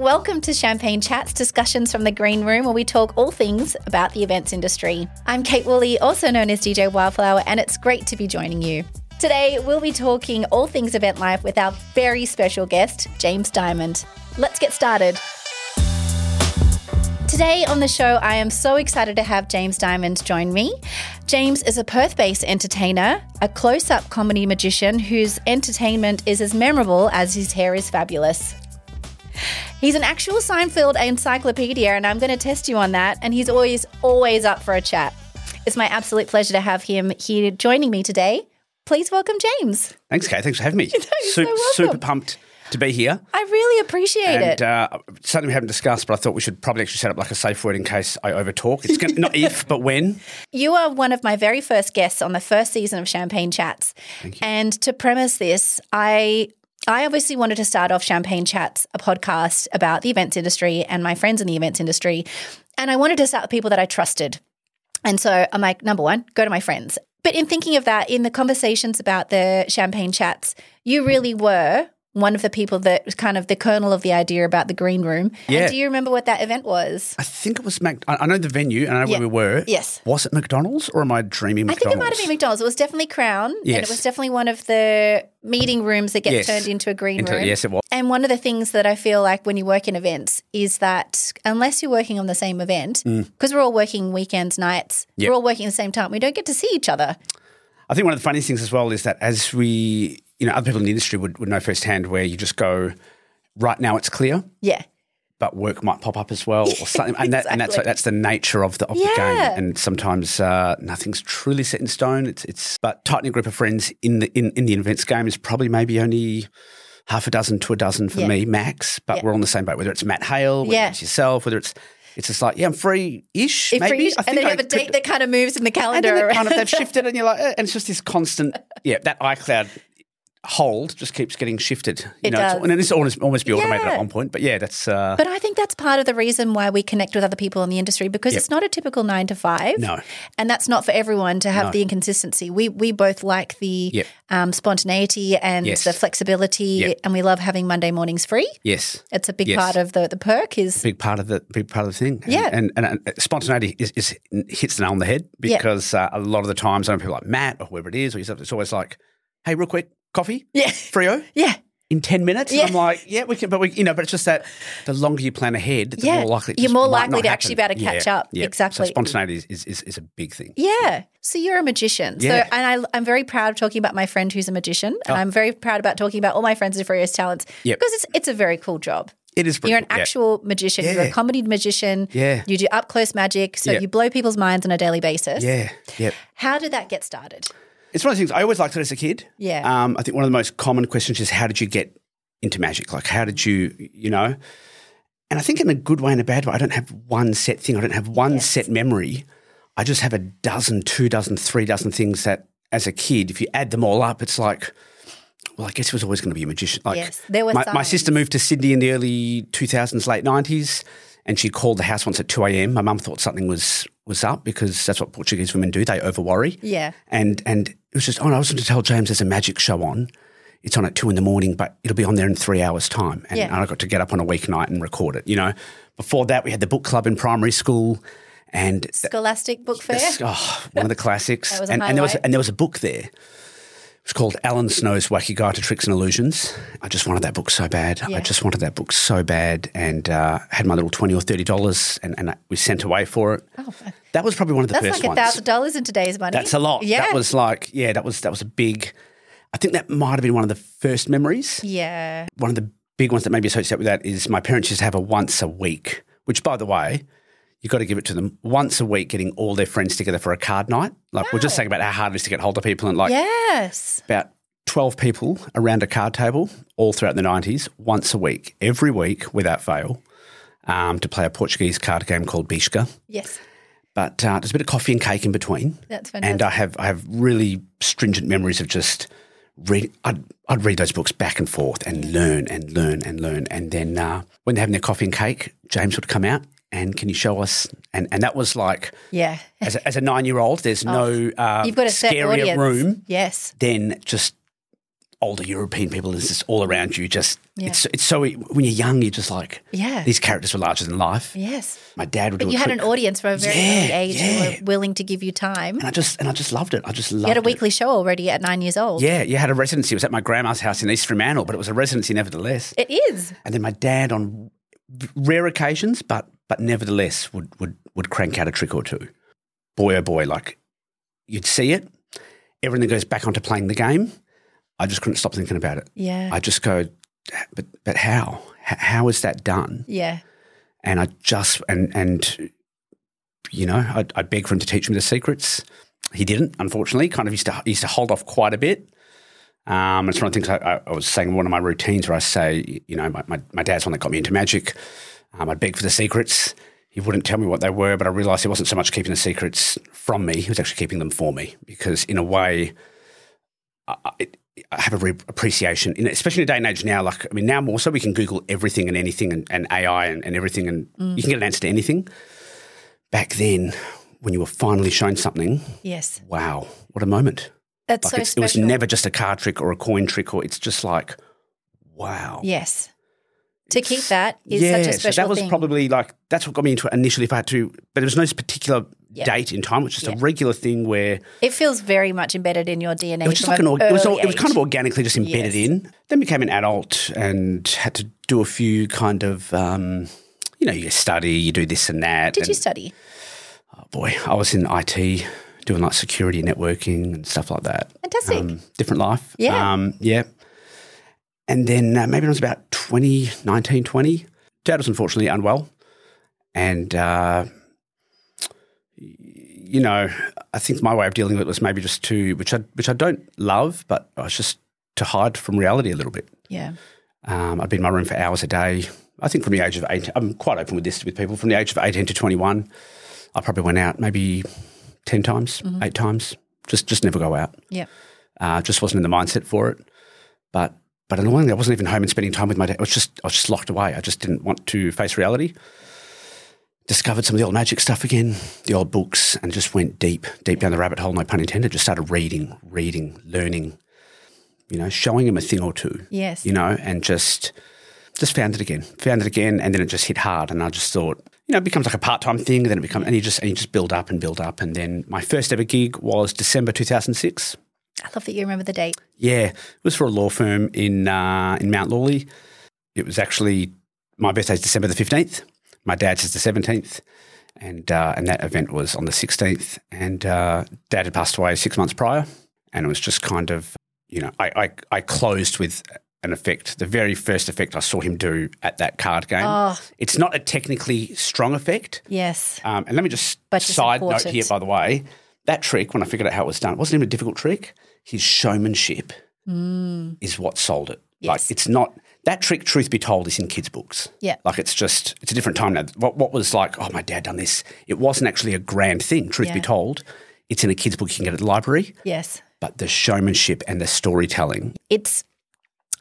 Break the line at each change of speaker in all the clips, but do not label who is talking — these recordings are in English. welcome to Champagne Chats, discussions from the Green Room, where we talk all things about the events industry. I'm Kate Woolley, also known as DJ Wildflower, and it's great to be joining you. Today, we'll be talking all things event life with our very special guest, James Diamond. Let's get started. Today on the show, I am so excited to have James Diamond join me. James is a Perth based entertainer, a close up comedy magician whose entertainment is as memorable as his hair is fabulous. He's an actual Seinfeld encyclopedia, and I'm going to test you on that. And he's always, always up for a chat. It's my absolute pleasure to have him here joining me today. Please welcome James.
Thanks, Kate. Thanks for having me.
you're
super,
so welcome.
super pumped to be here.
I really appreciate it.
And uh, something we haven't discussed, but I thought we should probably actually set up like a safe word in case I overtalk. It's gonna, not if, but when.
You are one of my very first guests on the first season of Champagne Chats. And to premise this, I I obviously wanted to start off Champagne Chats, a podcast about the events industry and my friends in the events industry. And I wanted to start with people that I trusted. And so I'm like, number one, go to my friends. But in thinking of that, in the conversations about the champagne chats, you really were one of the people that was kind of the kernel of the idea about the green room.
Yeah.
And do you remember what that event was?
I think it was Mac. I I know the venue and I know
Yeah.
where we were.
Yes.
Was it McDonald's or am I
I
dreaming
think
McDonald's?
it might have been McDonald's. It was definitely Crown. And it
Yes.
was definitely one of the meeting rooms that gets
Yes.
turned into a green
Into-
room.
yes, it was.
And one of the things that I feel like when you work in events is that unless you're working on the same event, because we're all working weekends, nights,
Mm. Yep.
we're all working at the same time, we don't get to see each other.
I think one of the funniest things as well is that as we, you know, other people in the industry would, would know firsthand where you just go, right now it's clear.
Yeah.
but work might pop up as well, or something. And, that, and that's
Exactly.
that's the nature of the of the
Yeah.
game. And sometimes uh, nothing's truly set in stone. It's it's but tightening a group of friends in the in, in the events game is probably maybe only half a dozen to a dozen for
Yeah.
me max. But
Yeah.
we're on the same boat. Whether it's Matt Hale, whether
Yeah.
it's yourself, whether it's it's just like yeah, I'm free ish.
If
Maybe
free-
I
and then
think
you
I
have a
could-
date that kind of moves in the
and
calendar.
then it
around.
kind of they've shifted, and you're like, eh, and it's just this constant, yeah, that iCloud hold just keeps getting shifted. You
It
know, it's-
does.
and it's almost almost be automated
Yeah.
at one point. But yeah, that's uh,
But I think that's part of the reason why we connect with other people in the industry because it's not a typical nine to five.
No.
And that's not for everyone to have the inconsistency. We we both like the
Yep.
um, spontaneity and
Yes.
the flexibility,
Yep.
and we love having Monday mornings free.
yes.
It's a big
Yes.
part of the, the perk is
big part of the big part of the thing. And-
Yeah.
and, and, uh, spontaneity is, is hits the nail on the head
Yeah.
because uh, a lot of the times, I know people like Matt or whoever it is, or yourself, it's always like, "Hey, real quick, coffee,
yeah
frio."
yeah
In ten minutes,
Yeah.
and I'm like, yeah, we can, but we, you know, but it's just that the longer you plan ahead, the
Yeah.
more likely it
You're
just
more
might
likely
not
to actually
happen.
be able to catch up. Exactly.
So spontaneity is, is, is, is a big thing.
yeah. So you're a magician.
Yeah. Oh.
So and I, I'm very proud of talking about my friend who's a magician, and I'm very proud about talking about all my friends with various talents
Yep.
because it's it's a very cool job.
It is. pretty
You're an
cool. Yeah.
actual magician. You're a
Yeah.
comedy magician.
Yeah.
You do up close magic. So
Yeah.
you blow people's minds on a daily basis.
Yeah. Yeah.
How did that get started?
It's one of the things I always liked it as a kid.
Yeah.
Um, I think one of the most common questions is how did you get into magic? Like, how did you, you know? And I think in a good way and a bad way, I don't have one set thing. I don't have one set memory. I just have a dozen, two dozen, three dozen things that as a kid, if you add them all up, it's like, well, I guess it was always going to be a magician. Like,
Yes, there were
my, my
signs.
sister moved to Sydney in the early 2000s, late 90s, and she called the house once at 2 a.m. My mum thought something was, was up because that's what Portuguese women do. They overworry
Yeah.
and and it was just, oh, I was going to tell James there's a magic show on. It's on at two in the morning, but it'll be on there in three hours' time. And,
Yeah.
and I got to get up on a weeknight and record it. You know, before that we had the book club in primary school, and
Scholastic Book Fair.
that's- oh, one of the classics.
That was a
and, and there was
highlight.
and there was a book there. It was called Alan Snow's Wacky Guide to Tricks and Illusions. I just wanted that book so bad.
Yeah.
I just wanted that book so bad, and uh, had my little twenty or thirty dollars, and, and I was sent away for it. that was probably one of the
Oh, That's
first
like a
ones.
thousand dollars in today's money.
That's a lot.
Yeah.
That was like, yeah, that was that was a big. I think that might have been one of the first memories.
yeah.
One of the big ones that maybe associated with that is my parents used to have a once a week, which by the way, you've got to give it to them. Once a week, getting all their friends together for a card night. Like we're just saying about how hard it is to get hold of people, and like
Yes.
about twelve people around a card table all throughout the nineties, once a week, every week without fail, um, to play a Portuguese card game called Bishka.
Yes.
But uh, there's a bit of coffee and cake in between.
That's
And
fantastic.
I have I have really stringent memories of just read. I'd, I'd read those books back and forth and learn and learn and learn. And then uh, when they're having their coffee and cake, James would come out and can you show us? And and that was like
yeah.
as a, as a nine year old, there's no uh,
You've Oh, got a set
scarier
audience.
room
Yes.
than just older European people. It's just all around you. Just
Yeah.
it's it's so when you're young, you're just like
Yeah.
These characters were larger than life.
Yes.
My dad would.
But
do
you
a
had
trick,
an audience from a very
Yeah,
early age who
yeah.
were willing to give you time.
and I just and I just loved it. I just loved
You had a
it.
weekly show already at nine years old.
Yeah, you had a residency. It was at my grandma's house in East Fremantle, but it was a residency nevertheless.
It is.
And then my dad, on rare occasions, but but nevertheless, would would would crank out a trick or two. Boy oh boy, like you'd see it. Everything goes back onto playing the game. I just couldn't stop thinking about it.
Yeah.
I just go, but but how? H- How is that done?
yeah.
And I just and and you know, I, I begged for him to teach me the secrets. He didn't, unfortunately. Kind of used to used to hold off quite a bit. Um, it's one of the things I, I, I was saying in one of my routines where I say, you know, my, my, my dad's the one that got me into magic. Um, I begged for the secrets. He wouldn't tell me what they were, but I realised he wasn't so much keeping the secrets from me; he was actually keeping them for me because, in a way, I, I, it- I have a re- appreciation, in, especially in a day and age now. Like, I mean, now more so, we can Google everything and anything, and, and AI and, and everything, and
Mm.
you can get an answer to anything. Back then, when you were finally shown something,
Yes.
wow, what a moment!
That's
Like
so
it's,
special.
it was never just a card trick or a coin trick, or it's just like, wow.
Yes. To keep that is such a special
so that was
thing.
probably like that's what got me into it initially. If I had to, but there was no particular
Yeah.
date in time. It was just
Yeah.
a regular thing where
it feels very much embedded in your DNA.
it was just
from
like an
an
org- it was,
early
all, it was kind
age.
of organically just embedded
Yes.
in. Then became an adult and had to do a few kind of um, you know you study, you do this and that.
Did
and,
you study?
oh boy, I was in IT doing like security networking and stuff like that.
Fantastic.
Um, different life.
Yeah.
Um, yeah. And then uh, maybe when I was about 20, 19, 20, dad was unfortunately unwell. And, uh, you know, I think my way of dealing with it was maybe just to, which I, which I don't love, but I was just to hide from reality a little bit.
yeah.
Um, I'd be in my room for hours a day. I think from the age of eight, I'm quite open with this with people. From the age of 18 to 21, I probably went out maybe 10 times, eight times. Just, just never go out.
Yeah.
Uh, just wasn't in the mindset for it. But but in the morning, I wasn't even home and spending time with my dad. I was just I was just locked away. I just didn't want to face reality. Discovered some of the old magic stuff again, the old books, and just went deep, deep down the rabbit hole. No pun intended. Just started reading, reading, learning. You know, showing him a thing or two.
Yes.
You know, and just just found it again, found it again, and then it just hit hard. And I just thought, you know, it becomes like a part time thing. Then it becomes, and you just and you just build up and build up. And then my first ever gig was December two thousand six.
I love that you remember the date.
Yeah, it was for a law firm in uh, in Mount Lawley. It was actually my birthday's December the fifteenth. My dad's is the seventeenth, and uh, and that event was on the sixteenth. And uh, dad had passed away six months prior, and it was just kind of you know I I, I closed with an effect, the very first effect I saw him do at that card game.
Oh.
It's not a technically strong effect.
Yes.
Um, and let me just
But just
side note
important.
here, by the way, that trick, when I figured out how it was done, it wasn't even a difficult trick. His showmanship is what sold it.
Mm. Yes.
Like it's not that trick. Truth be told, is in kids' books.
Yeah.
like it's just it's a different time now. What what was like? Oh, my dad done this. It wasn't actually a grand thing. Truth be
Yeah.
told, it's in a kids' book you can get at the library.
Yes.
But the showmanship and the storytelling.
It's.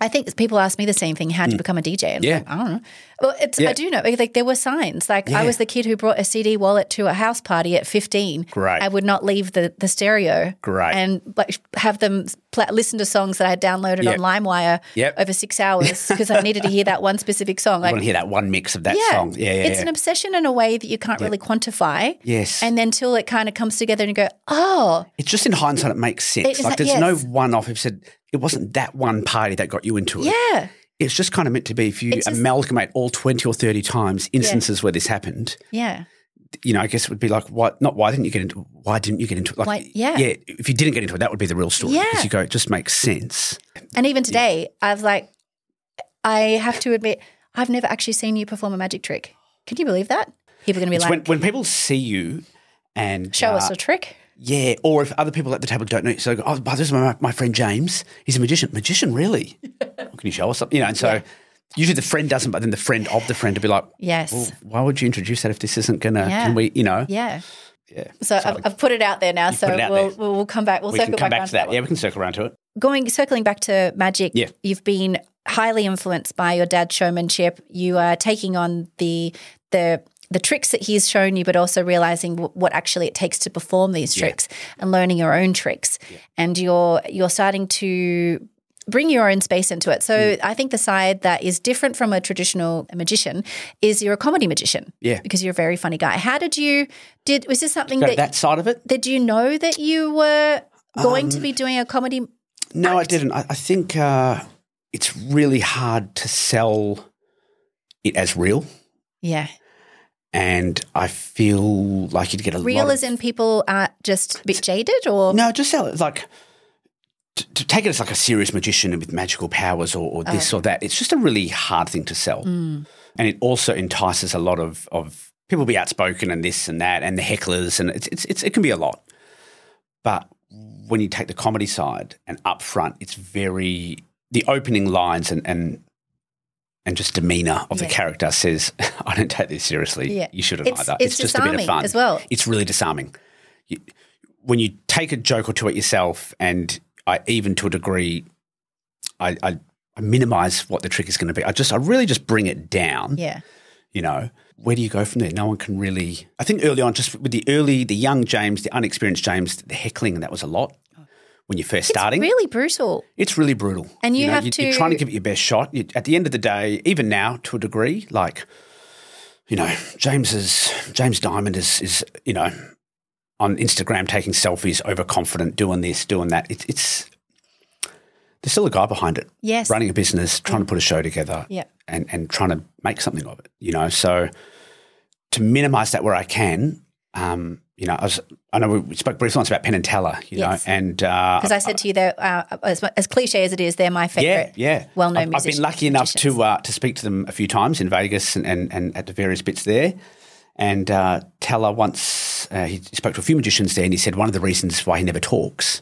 I think people ask me the same thing: how to become a DJ. And I'm
Mm. Yeah.
like, I don't know. Well, it's, I
Yeah.
do know. Like there were signs. Like I
Yeah.
was the kid who brought a CD wallet to a house party at fifteen.
Great.
I would not leave the, the stereo.
Great.
And like have them pla listen to songs that I had downloaded
Yep.
on LimeWire
Yep.
over six hours because I needed to hear that one specific song. Like
I want to hear that one mix of that song. Yeah, yeah,
it's
yeah.
an obsession in a way that you can't really quantify.
Yes.
And then till it kind of comes together and you go, oh,
It's just in hindsight, it makes sense.
is
like
that-
there's no
yes.
one off who said it wasn't that one party that got you into it.
yeah,
It's just kind of meant to be if you
It's just-
amalgamate all 20 or 30 times instances where this happened,
yeah,
you know, I guess it would be like, why, not why didn't you get into Why didn't you get into it? Like,
Why- yeah.
Yeah. If you didn't get into it, that would be the real story.
Yeah.
Because you go, it just makes sense.
And even today, I was like, I have to admit, I've never actually seen you perform a magic trick. Can you believe that? People are going to be
It's
like,
when, when people see you and
show
uh,
us a trick.
Yeah. Or if other people at the table don't know, so they go, oh, but this is my, my friend James. He's a magician. Magician, really? Well, Can you show us something? You know, and so usually the friend doesn't, but then the friend of the friend would be like,
Yes.
well, why would you introduce that if this isn't going to,
Yeah.
can we, you know?
yeah. Yeah. So, I've, I've put it out there now. So
put it out
we'll,
there.
we'll we'll come back. We'll
We
circle
can come
back,
back
around
to that.
one.
Yeah, we can circle around to it.
Going circling back to magic.
Yeah.
You've been highly influenced by your dad's showmanship. You are taking on the the the tricks that he's shown you, but also realizing w- what actually it takes to perform these tricks and learning your own tricks. And you're you're starting to bring your own space into it. So I think the side that is different from a traditional magician is you're a comedy magician.
Yeah.
Because you're a very funny guy. How did you did was this something
Go to
that
that side of it?
did you know that you were going to be doing a comedy
No, I didn't. I, I think uh, it's really hard to sell it as real,
Yeah.
and I feel like you'd get a lot
Real
of-
as in people are just a bit jaded or
No, just sell it like to, to take it as like a serious magician with magical powers or, or this or that. It's just a really hard thing to sell,
Hmm.
and it also entices a lot of of people be outspoken and this and that and the hecklers and it's, it's it's it can be a lot. But when you take the comedy side and up front, it's very the opening lines and and. And just demeanor of the
Yeah.
character says, "I don't take this seriously.
Yeah.
You shouldn't
It's-
either.
it's
It's, just a bit of
disarming
fun
as well.
It's really disarming when you take a joke or two at yourself, and I even to a degree, I, I, I minimize what the trick is going to be. I just, I really just bring it down.
Yeah.
You know, where do you go from there? No one can really. I think early on, just with the early, the young James, the unexperienced James, the heckling, and that was a lot when you're first starting.
Really brutal.
It's really brutal.
And you have
you,
to-
You're trying to give it your best shot. You, at the end of the day, even now, to a degree, like you know, James is James Diamond is is you know on Instagram taking selfies, overconfident, doing this, doing that. It, it's there's still a guy behind it,
Yes. Mm.
running a business, trying to put a show together,
Yeah.
and and trying to make something of it. You know, so to minimise that where I can. Um, you know, I, was, I know we- we spoke briefly once about Penn and Teller, you
Yes.
know, and uh,
Because I said to you, they're, uh, as, as cliche as it is, they're my favorite.
yeah, yeah.
well-known
I've, I've
musician-
been lucky enough
magicians.
to uh, to speak to them a few times in Vegas and, and, and at the various bits there. And uh, Teller once uh, he spoke to a few magicians there, and he said one of the reasons why he never talks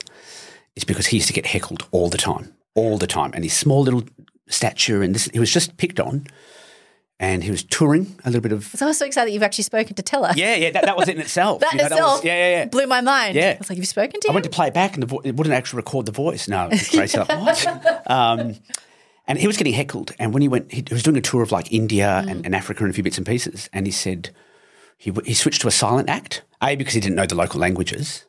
is because he used to get heckled all the time, all the time. And his small little stature and this, he was just picked on. And he was touring a little bit of
So I was so excited that you've actually spoken to Teller.
yeah, yeah. That, that was it in itself.
That
You know,
itself
was- yeah, yeah, yeah.
blew my mind.
Yeah.
I was like, you've spoken to
I
him?
went to play it back, and the vo- it wouldn't actually record the voice. No, Tracy, like, what? Um, and he was getting heckled. And when he went, he, he was doing a tour of like India and, and Africa and a few bits and pieces. And he said he w- he switched to a silent act. A because he didn't know the local languages.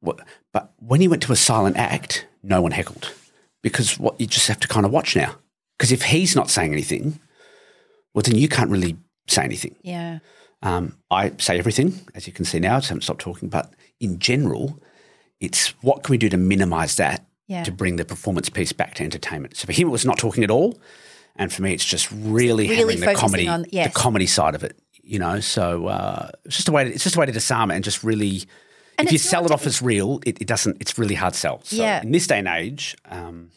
What, but when he went to a silent act, no one heckled because what you just have to kind of watch now. Because if he's not saying anything, well, then you can't really say anything.
yeah.
Um, I say everything, as you can see now. I just haven't stopped talking. But in general, it's what can we do to minimize that
Yeah.
to bring the performance piece back to entertainment. So for him, it was not talking at all, and for me, it's just really,
Really
hammering the
focusing
comedy,
on- yes.
the comedy side of it. You know, so uh, it's just a way. To, it's just a way to disarm it and just really.
And
if you
it's
sell
not
it off as real, it, it doesn't. It's really hard sell. So
Yeah.
in this day and age, um,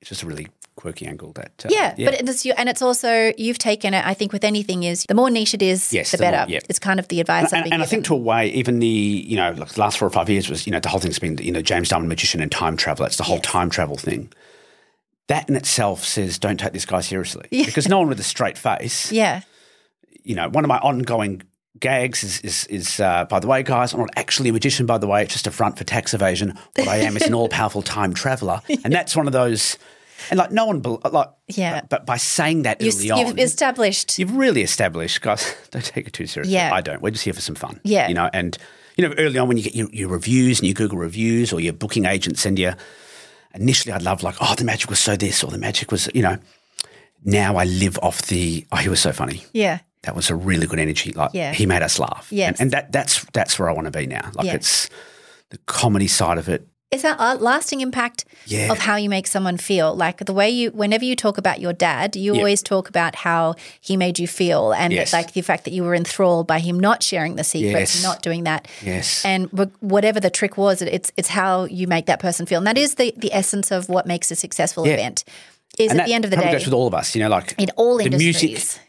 it's just a really quirky angle that. Uh,
Yeah, but it is you, and it's also you've taken it. I think with anything is the more niche it is,
Yes,
the,
the more-
better.
yeah.
It's kind of the advice. I've
and,
been
and I
given.
think to a way, even the you know like the last four or five years was you know the whole thing's been you know James Diamond magician and time travel. It's the whole time travel thing. That in itself says don't take this guy seriously because no one with a straight face.
yeah,
You know, one of my ongoing gags is is, is uh, by the way, guys, I'm not actually a magician. By the way, it's just a front for tax evasion. What I am is an all powerful time traveler, and that's one of those. And like no one bel like
Yeah.
but, but by saying that
you,
early on,
have established.
You've really established, guys. Don't take it too seriously.
Yeah.
I don't. We're just here for some fun.
Yeah.
you know. And you know, early on when you get your, your reviews and your Google reviews or your booking agent send you, initially I'd love like, oh, the magic was so this or the magic was, you know. Now I live off the. Oh, he was so funny.
yeah,
That was a really good energy. Like
Yeah.
he made us laugh.
Yes.
and, and that that's that's where I want to be now. Like
Yeah.
it's the comedy side of it.
it's that uh, lasting impact
Yeah.
of how you make someone feel. Like the way you, whenever you talk about your dad, you always talk about how he made you feel, and
Yes.
like the fact that you were enthralled by him not sharing the secrets,
Yes.
not doing that.
Yes.
and wh- whatever the trick was, it- it's it's how you make that person feel, and that is the the essence of what makes a successful
Yeah.
event. Is
and
at
that
the end of the
probably
day
goes with all of us. You know, like
in all
the
industries.
music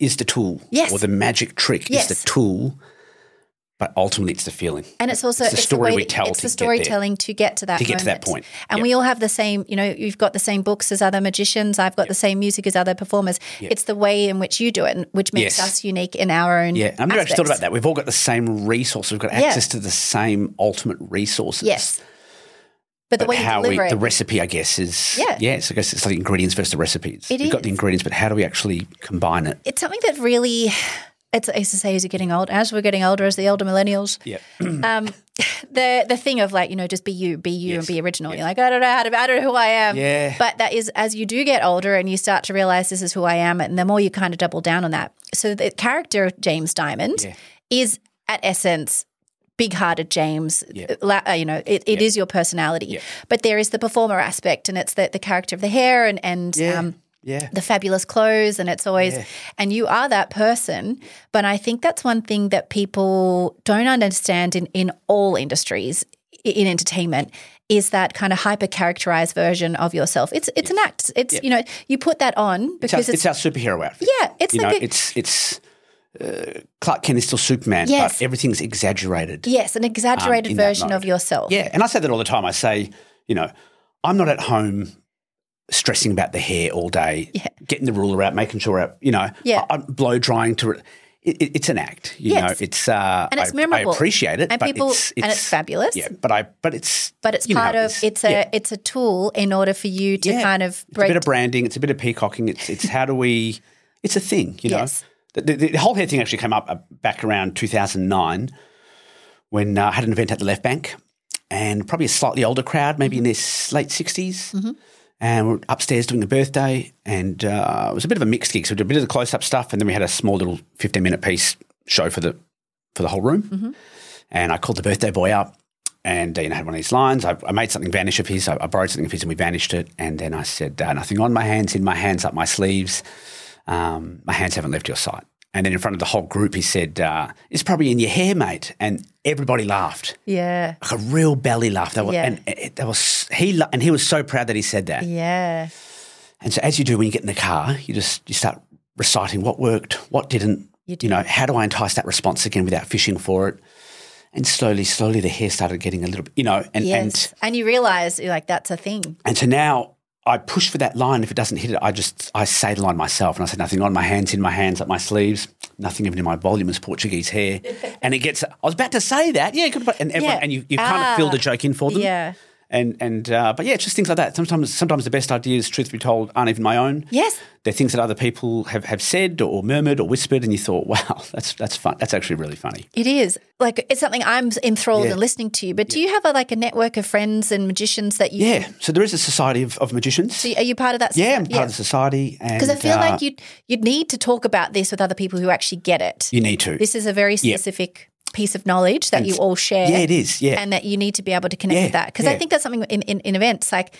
is the tool.
Yes.
Or the magic trick
Yes.
is the tool, but ultimately it's the feeling.
And it's also
It's the story
way
we
that-
tell
It's
to
the
get there.
storytelling to get to that
To get to that
moment.
point.
And we all have the same. You know, you've got the same books as other magicians. I've got the same music as other performers. It's the way in which you do it, and which makes
Yes.
us unique in our own.
Yeah, I've never actually thought
aspects.
about that. We've all got the same resources. We've got
Yeah.
access to the same ultimate resources.
Yes, but, the
But
way
how
you deliver
we,
it,
the recipe, I guess, is
Yeah.
so I guess it's like ingredients versus the recipes.
It
We've got the
is.
ingredients, but how do we actually combine it?
it's something that really. It's, I used to say, as you're getting old, as we're getting older, as the older millennials,
Yeah,
um, the the thing of like you know just be you, be you,
Yes.
and be original.
Yes.
You're like I don't know how to, I don't know who I am.
Yeah.
But that is as you do get older and you start to realize this is who I am, and the more you kind of double down on that. So the character of James Diamond
Yeah.
is at essence big-hearted James.
Yeah.
La- uh, You know, it, it is
Yeah.
your personality,
Yeah.
but there is the performer aspect, and it's the the character of the hair and and
Yeah.
um,
yeah.
the fabulous clothes and it's always
Yeah.
and you are that person but i think that's one thing that people don't understand in in all industries i- in entertainment is that kind of hyper characterized version of yourself it's it's an act it's you know you put that on
It's our,
because it's,
it's our superhero outfit.
yeah it's
you know,
like a,
it's it's uh, Clark Kent is still Superman,
Yes.
but everything's exaggerated.
yes an exaggerated
um, in that
version of
mode.
yourself
Yeah, and I say that all the time. I say, you know, I'm not at home stressing about the hair all day, getting the ruler out, making sure, I, you know,
Yeah.
I, am blow drying to. It, it, it's an act, you
Yes.
know. It's uh,
And it's
I,
memorable.
I appreciate it,
And
but
people-
it's,
and it's fabulous.
Yeah, but I, but it's,
but it's
you know how
part
it
of
is.
it's a
Yeah.
it's a tool in order for you to
Yeah.
kind of
It's a
break
bit of branding. It's a bit of peacocking. It's it's how do we? It's a thing, you know.
Yes.
The, the, the whole hair thing actually came up uh, back around 2009 when uh, I had an event at the Left Bank, and probably a slightly older crowd, maybe in their s- late 60s.
Mm-hmm.
And we we're upstairs doing a birthday, and uh, it was a bit of a mixed gig. So we did a bit of the close up stuff, and then we had a small little 15 minute piece show for the for the whole room.
Mm-hmm.
And I called the birthday boy up and uh, you know, had one of these lines. I, I made something vanish of his. I, I borrowed something of his and we vanished it. And then I said, uh, nothing on my hands, in my hands, up my sleeves. Um, my hands haven't left your sight. And then in front of the whole group, he said, uh, it's probably in your hair, mate. And everybody laughed.
yeah
Like a real belly laugh. They were,
Yeah.
and it, that was he, lo- and he was so proud that he said that.
yeah
And so, as you do when you get in the car, you just you start reciting what worked, what didn't. You, know, how do I entice that response again without fishing for it? And slowly, slowly, the hair started getting a little bit, you know, and
yes
and
and, you realize you're like that's a thing
and so now I push for that line. If it doesn't hit it, I just I say the line myself, and I say nothing on my hands, in my hands, up my sleeves, nothing even in my voluminous Portuguese hair, and it gets. I was about to say that, yeah, good, but- and everyone,
Yeah.
and you you kind of
Ah.
filled the joke in for them,
yeah
and and uh, but yeah, it's just things like that. Sometimes sometimes the best ideas, truth be told, aren't even my own.
yes
They're things that other people have, have said or murmured or whispered, and you thought, wow, that's that's fun. That's actually really funny.
It is like it's something I'm enthralled
Yeah.
in listening to. But do you have a, like a network of friends and magicians that you?
Yeah. So there is a society of, of magicians.
Do you- Are you part of that?
yeah, I'm part of the society. uh,
Because I feel like you you'd need to talk about this with other people who actually get it.
you need to.
This is a very specific piece of knowledge that you all share.
yeah, it is. Yeah.
and that you need to be able to connect
Yeah,
with that. Because I
yeah.
think that's something in, in, in events like.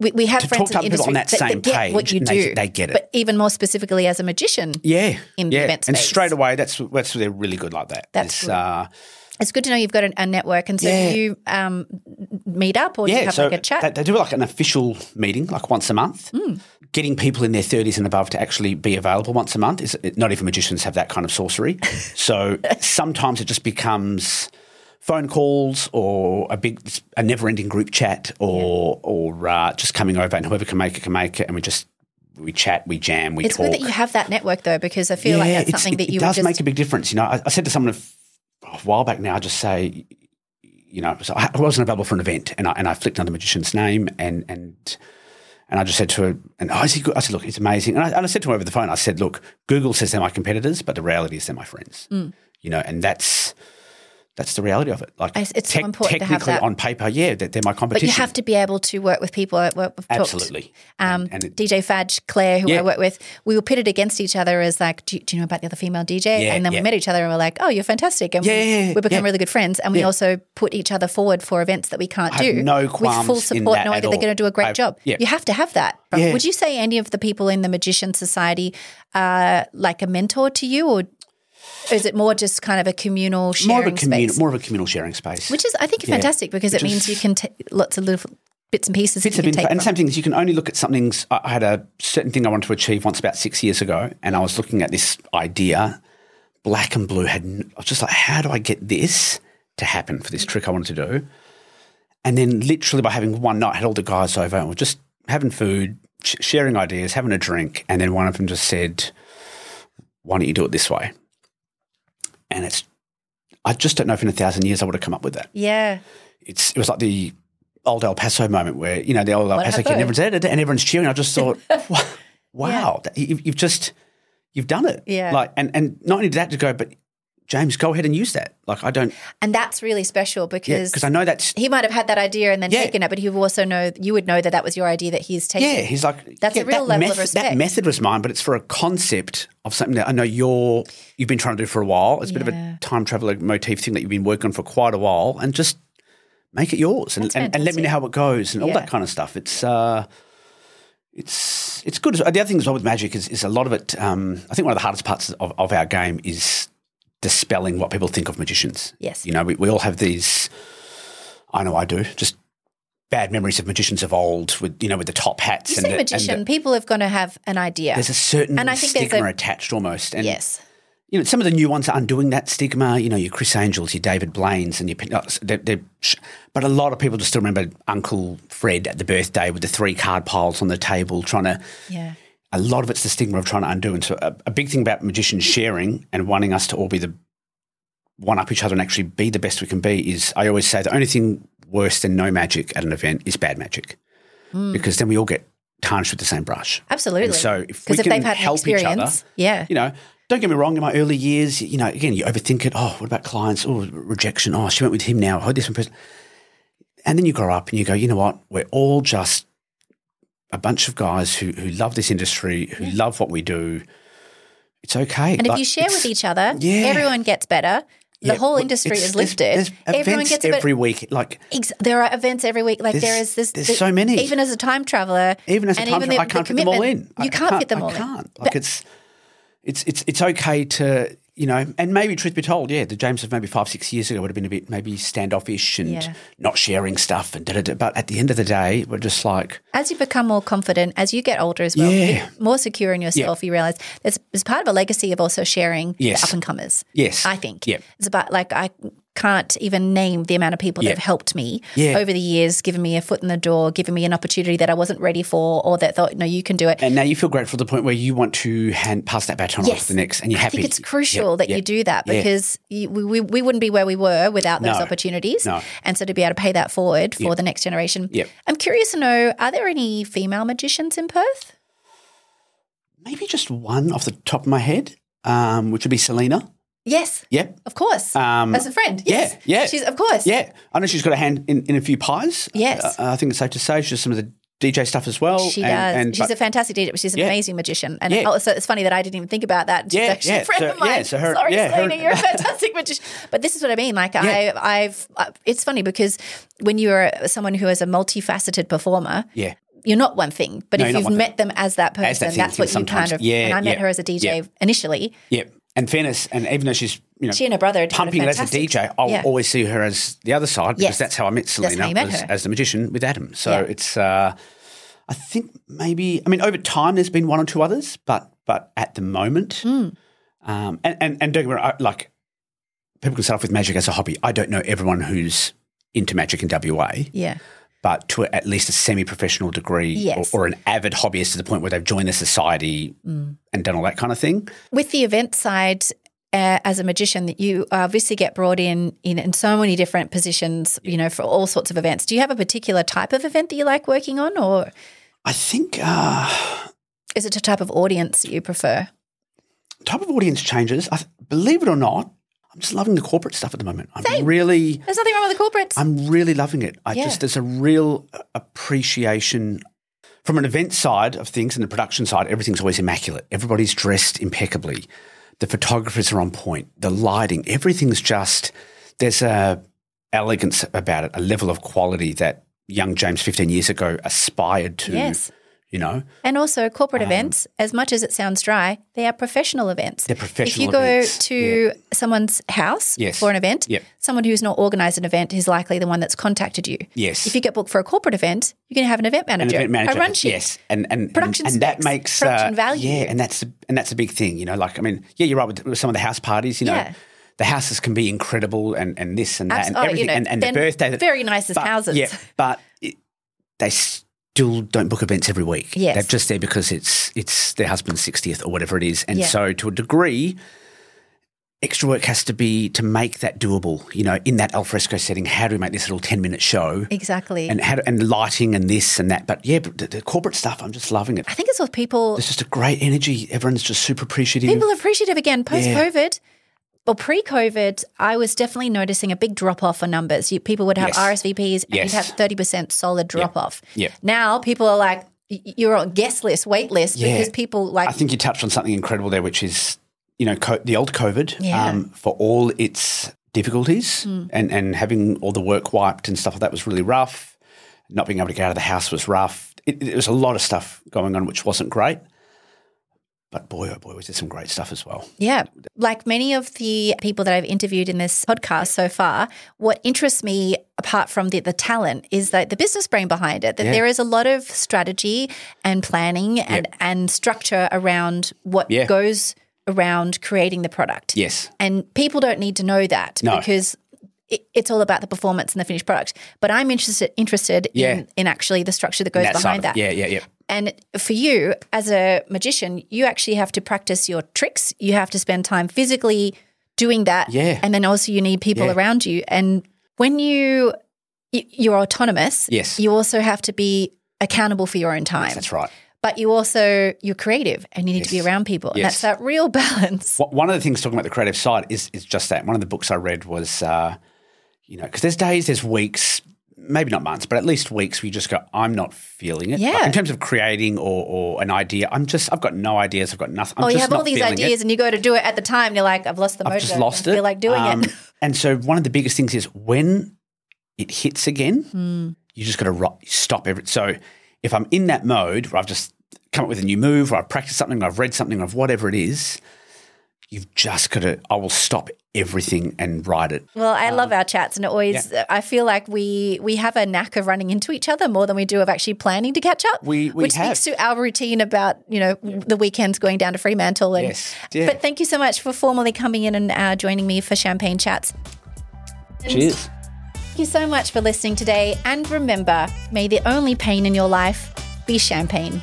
We, we have
To
friends
talk to
in
other
the
people on
industry
that
that,
same
that get what
page
you
and they-
do.
they get it.
But even more specifically as a magician,
yeah.
in the
yeah.
event
and
space.
straight away, that's that's they're really good like that.
That's
It's,
good.
uh,
it's good to know you've got an, a network. And so
Yeah.
do you um, meet up or do
yeah.
you have
so
like a chat? Hmm.
They, they do like an official meeting, like once a month. Getting people in their thirties and above to actually be available once a month is not even magicians have that kind of sorcery. so sometimes it just becomes. phone calls or a big, a never-ending group chat, or or uh, just coming over and whoever can make it can make it, and we just we chat, we jam, we
It's
talk.
good that you have that network though, because I feel like that's
it's-
something
it,
that you
it
would
does
just
make a big difference. You know, I, I said to someone a, f- a while back now, I just say, you know, so I I wasn't available for an event, and I and I flicked another magician's name, and and and I just said to her, and oh, is he good? I said, look, it's amazing, and I, and I said to her over the phone, I said, look, Google says they're my competitors, but the reality is they're my friends.
Mm.
You know, and that's. That's the reality of it. Like
It's- it's so important to have
technically
that.
on paper, yeah, they're, they're my
but
competition.
you have to be able to work with people that work with
absolutely.
Um,
and, and it,
DJ Fadge, Claire, who
Yeah.
I work with, we were pitted against each other as like, do you, do you know about the other female DJ?
Yeah,
and then we
yeah.
met each other and we're like, oh, you're fantastic. And
Yeah,
we,
yeah, yeah,
we become
yeah.
really good friends. And we
Yeah.
also put each other forward for events that we can't
have
do.
no
With
qualms
full
in
support,
that
knowing
at
that they're
all.
going to do a great
I've-
job.
yeah.
You have to have that. But
Yeah.
Would you say any of the people in the Magician Society are like a mentor to you or is it more just kind of a communal sharing
more of a
space?
communal, more of a communal sharing space.
which is I think
Yeah.
fantastic because it
Which
means
is-
you can take lots of little bits and pieces.
bits
that
of
you can
info.
take
And
from.
same thing is you can only look at something's. I I had a certain thing I wanted to achieve once about six years ago, and I was looking at this idea. Black and blue had. n- I was just like, how do I get this to happen for this trick I wanted to do? And then, literally, by having one night, I had all the guys over and we're just having food, sh- sharing ideas, having a drink, and then one of them just said, "Why don't you do it this way?" And it's. I just don't know if in a thousand years I would have come up with that
yeah,
it's it was like the old El Paso moment where you know the old El
What
Paso kid and
happened?
everyone's edited and everyone's cheering. I just thought, "Wa- wow, that- you, you've just you've done it.
Yeah.
Like and and not only did that to go, but James, go ahead and use that. Like, I don't,
And that's really special
yeah,
because
because I know that's,
he might have had that idea and then
Yeah.
taken it, but you also know you would know that that was your idea that he's taking.
yeah, he's like,
That's a
yeah,
real level of
method-
respect.
That method was mine, but it's for a concept of something that I know you're, you've been trying to do for a while. It's a bit of
Yeah.
a time traveler motif thing that you've been working on for quite a while and just make it yours and,
That's
and, and let me know how it goes and all
Yeah.
that kind of stuff. It's, uh, it's it's good. The other thing as well with magic is, is a lot of it. Um, I think one of the hardest parts of, of our game is dispelling what people think of magicians.
Yes.
you know, we, we all have these. I know I do. Just bad memories of magicians of old, with you know, with the top hats.
You
and
say
uh, the- and the-
magician, people are going to have an idea.
there's a certain
And I think there's
stigma
a-
attached almost, and
Yes.
you know, some of the new ones are undoing that stigma. You know, your Chris Angels, your David Blaines, and your. no, They're, they're, sh- but a lot of people just still remember Uncle Fred at the birthday with the three card piles on the table, trying to.
Yeah.
A lot of it's the stigma of trying to undo. And so, a, a big thing about magicians sharing and wanting us to all be the one up each other and actually be the best we can be is I always say the only thing worse than no magic at an event is bad magic because then we all get tarnished with the same brush.
Absolutely.
And so if
because
we
if they've
can
had an
help each other-
experience, yeah,
You know, don't get me wrong, in my early years, you know, again, you overthink it. Oh, what about clients? Oh, rejection. Oh, she went with him now. Oh, this one person. And then you grow up and you go, you know what? We're all just a bunch of guys who, who love this industry, who love what we do. It's okay.
and if you share with each other,
yeah.
everyone gets better. The whole industry is lifted.
There's, there's
everyone
events
gets a bit.
every week. Like,
Ex- there are events every week. Like there
There's-
is this.
there's
the-
so many.
Even as a time traveler,
even as a
and
time
even
traveler,
the-
I can't
the
fit them all in.
commitment-
I-
You
I
can't, fit them all
I
in.
can't. Like it's, it's, it's, it's okay to, you know, and maybe truth be told, yeah, the James of maybe five, six years ago would have been a bit maybe standoffish and
Yeah.
not sharing stuff and da da da. But at the end of the day, we're just like,
As you become more confident, as you get older as well,
Yeah.
you're more secure in yourself, you realize there's, there's part of a legacy of also sharing
Yes.
up and comers.
Yes.
I think.
Yep.
It's about like I can't even name the amount of people
Yeah.
that have helped me
Yeah.
over the years, given me a foot in the door, given me an opportunity that I wasn't ready for or that thought, no, you can do it.
and now you feel grateful to the point where you want to hand pass that baton on
Yes.
to the next, and you're
I
happy.
think it's crucial
Yep,
that
yep.
you do that
Yeah.
because you, we, we, we wouldn't be where we were without those
No.
opportunities.
No.
And so to be able to pay that forward for the next generation.
Yep.
I'm curious to know are there any female magicians in Perth?
Maybe just one off the top of my head, um, which would be Selena.
Yes,
Yep.
of course.
Um,
As a friend.
yeah,
Yes.
yeah.
She's, of course.
Yeah, I know she's got a hand in, in a few pies.
Yes.
Uh, I think it's safe to say she's some of the DJ stuff as well.
She
and-
does.
and-
she's
but-
a fantastic DJ, but she's an
Yeah.
amazing magician. And
Yeah.
also, it's funny that I didn't even think about that. She's
Yeah,
actually
yeah.
a friend
So-
of mine.
yeah, so her-
Sorry,
yeah, her-
Selena, you're a fantastic magician. But this is what I mean. Like, I, I've, I, it's funny because when you're someone who is a multifaceted performer,
yeah.
you're not one thing. But
No,
if
you're not
you've
one
met them as that person,
As that thing
that's what you
sometimes.
kind of.
Yeah,
and I met
yeah,
her as a DJ
yeah.
initially.
Yep. And fairness, and even though she's you know
She and her brother did a
pumping it as a
fantastic-
DJ, I'll
Yeah.
always see her as the other side because
Yes.
that's how I met
how
Selena
you met
as,
her.
as the magician with Adam. So
Yeah.
it's uh, I think maybe I mean over time there's been one or two others, but but at the moment,
Hmm.
um, and, and and don't get me wrong, I, like people can start off with magic as a hobby. I don't know everyone who's into magic in WA,
Yeah.
but to at least a semi-professional degree
Yes.
or, or an avid hobbyist to the point where they've joined the society and done all that kind of thing.
with the event side uh, as a magician that you obviously get brought in, in in so many different positions you know for all sorts of events do you have a particular type of event that you like working on or
I think. Uh,
is it a type of audience that you prefer
type of audience changes. I th- believe it or not, I'm just loving the corporate stuff at the moment. I'm really,
there's nothing wrong with the corporates
I'm really loving it. I
Yeah.
just there's a real uh, appreciation from an event side of things and the production side. Everything's always immaculate. Everybody's dressed impeccably. The photographers are on point. The lighting, everything's just there's a elegance about it, a level of quality that young James 15 years ago aspired to.
yes
You know,
and also corporate
Um,
events as much as it sounds dry they are professional events
They're professional
if you go
events,
to someone's house
Yes.
for an event
Yep.
someone who's not organized an event is likely the one that's contacted you
yes.
if you get booked for a corporate event you're going to have an event manager,
an event manager.
a run sheet
Yes, and and
Production
and, and that
specs,
makes uh,
production value.
Yeah, and that's the, and that's a big thing. You know, like I mean, yeah, you're right with, with some of the house parties. You know,
Yeah.
the houses can be incredible, and and this and that,
Abs-
and
oh, you
everything,
know,
and, and
they're
the birthday. That,
very nice as
but,
houses.
Yeah, but it, they still don't book events every week.
Yes.
they're just there because it's it's their husband's sixtieth or whatever it is, and
Yeah.
so to a degree. Extra work has to be to make that doable, you know, in that alfresco setting. How do we make this little 10 minute show?
Exactly.
and had, and lighting and this and that. But yeah, but the, the corporate stuff, I'm just loving it.
I think it's with people
There's just a great energy. Everyone's just super appreciative.
people are appreciative again post COVID. well, pre COVID, I was definitely noticing a big drop off for numbers. You, people would have
Yes.
RSVPs and
Yes.
you'd have 30% solid drop off.
Yep.
Now people are like, y- you're on guest list, wait list,
Yeah.
because people like,
I think you touched on something incredible there, which is you know co- the old COVID um,
Yeah. Hmm.
for all its difficulties and and having all the work wiped and stuff like that was really rough. Not being able to get out of the house was rough. It, it was a lot of stuff going on, which wasn't great. But boy, oh boy, was there some great stuff as well.
Yeah. Like many of the people that I've interviewed in this podcast so far, what interests me apart from the, the talent is that the business brain behind it, that
Yeah.
there is a lot of strategy and planning and, and structure around what
Yeah.
goes around creating the product.
Yes,
And people don't need to know that
No.
because it, it's all about the performance and the finished product. But I'm interested interested
Yeah.
in, in actually the structure that goes
that side
behind
of
that.
it. Yeah, yeah, yeah.
And for you, as a magician, you actually have to practice your tricks. You have to spend time physically doing that.
Yeah.
And then also you need people
Yeah.
around you. And when you y- you're autonomous,
Yes.
you also have to be accountable for your own time.
That's right.
But you also you're creative and you need to be
Yes.
around people. And
Yes.
that's that real balance.
Wha- One of the things talking about the creative side is, is just that. One of the books I read was, uh, you know, because there's days, there's weeks, maybe not months, but at least weeks where you just go, I'm not feeling it. Like,
Yeah.
in terms of creating or, or an idea, I'm just, I've got no ideas. I've got nothing. I'm
Or Oh, you
just
have all
not
these
feeling it.
ideas and you go to do it at the time and you're like, I've lost the mojo.
I've just
I
lost
don't
it.
feel like doing
Um,
it.
and so one of the biggest things is when it hits again,
Hmm.
you just got to ro- stop every. So if I'm in that mode where I've just come up with a new move, or I've practiced something, or I've read something, or whatever it is, you've just got to. I will stop everything and write it.
Well, I love
um,
our chats, and it always I feel like we we have a knack of running into each other more than we do of actually planning to catch up.
We- we
which
have.
speaks to our routine about you know the weekends going down to Fremantle. And,
Yes, yeah.
But thank you so much for formally coming in and uh, joining me for Champagne Chats.
Cheers.
Thank you so much for listening today, and remember, may the only pain in your life be champagne.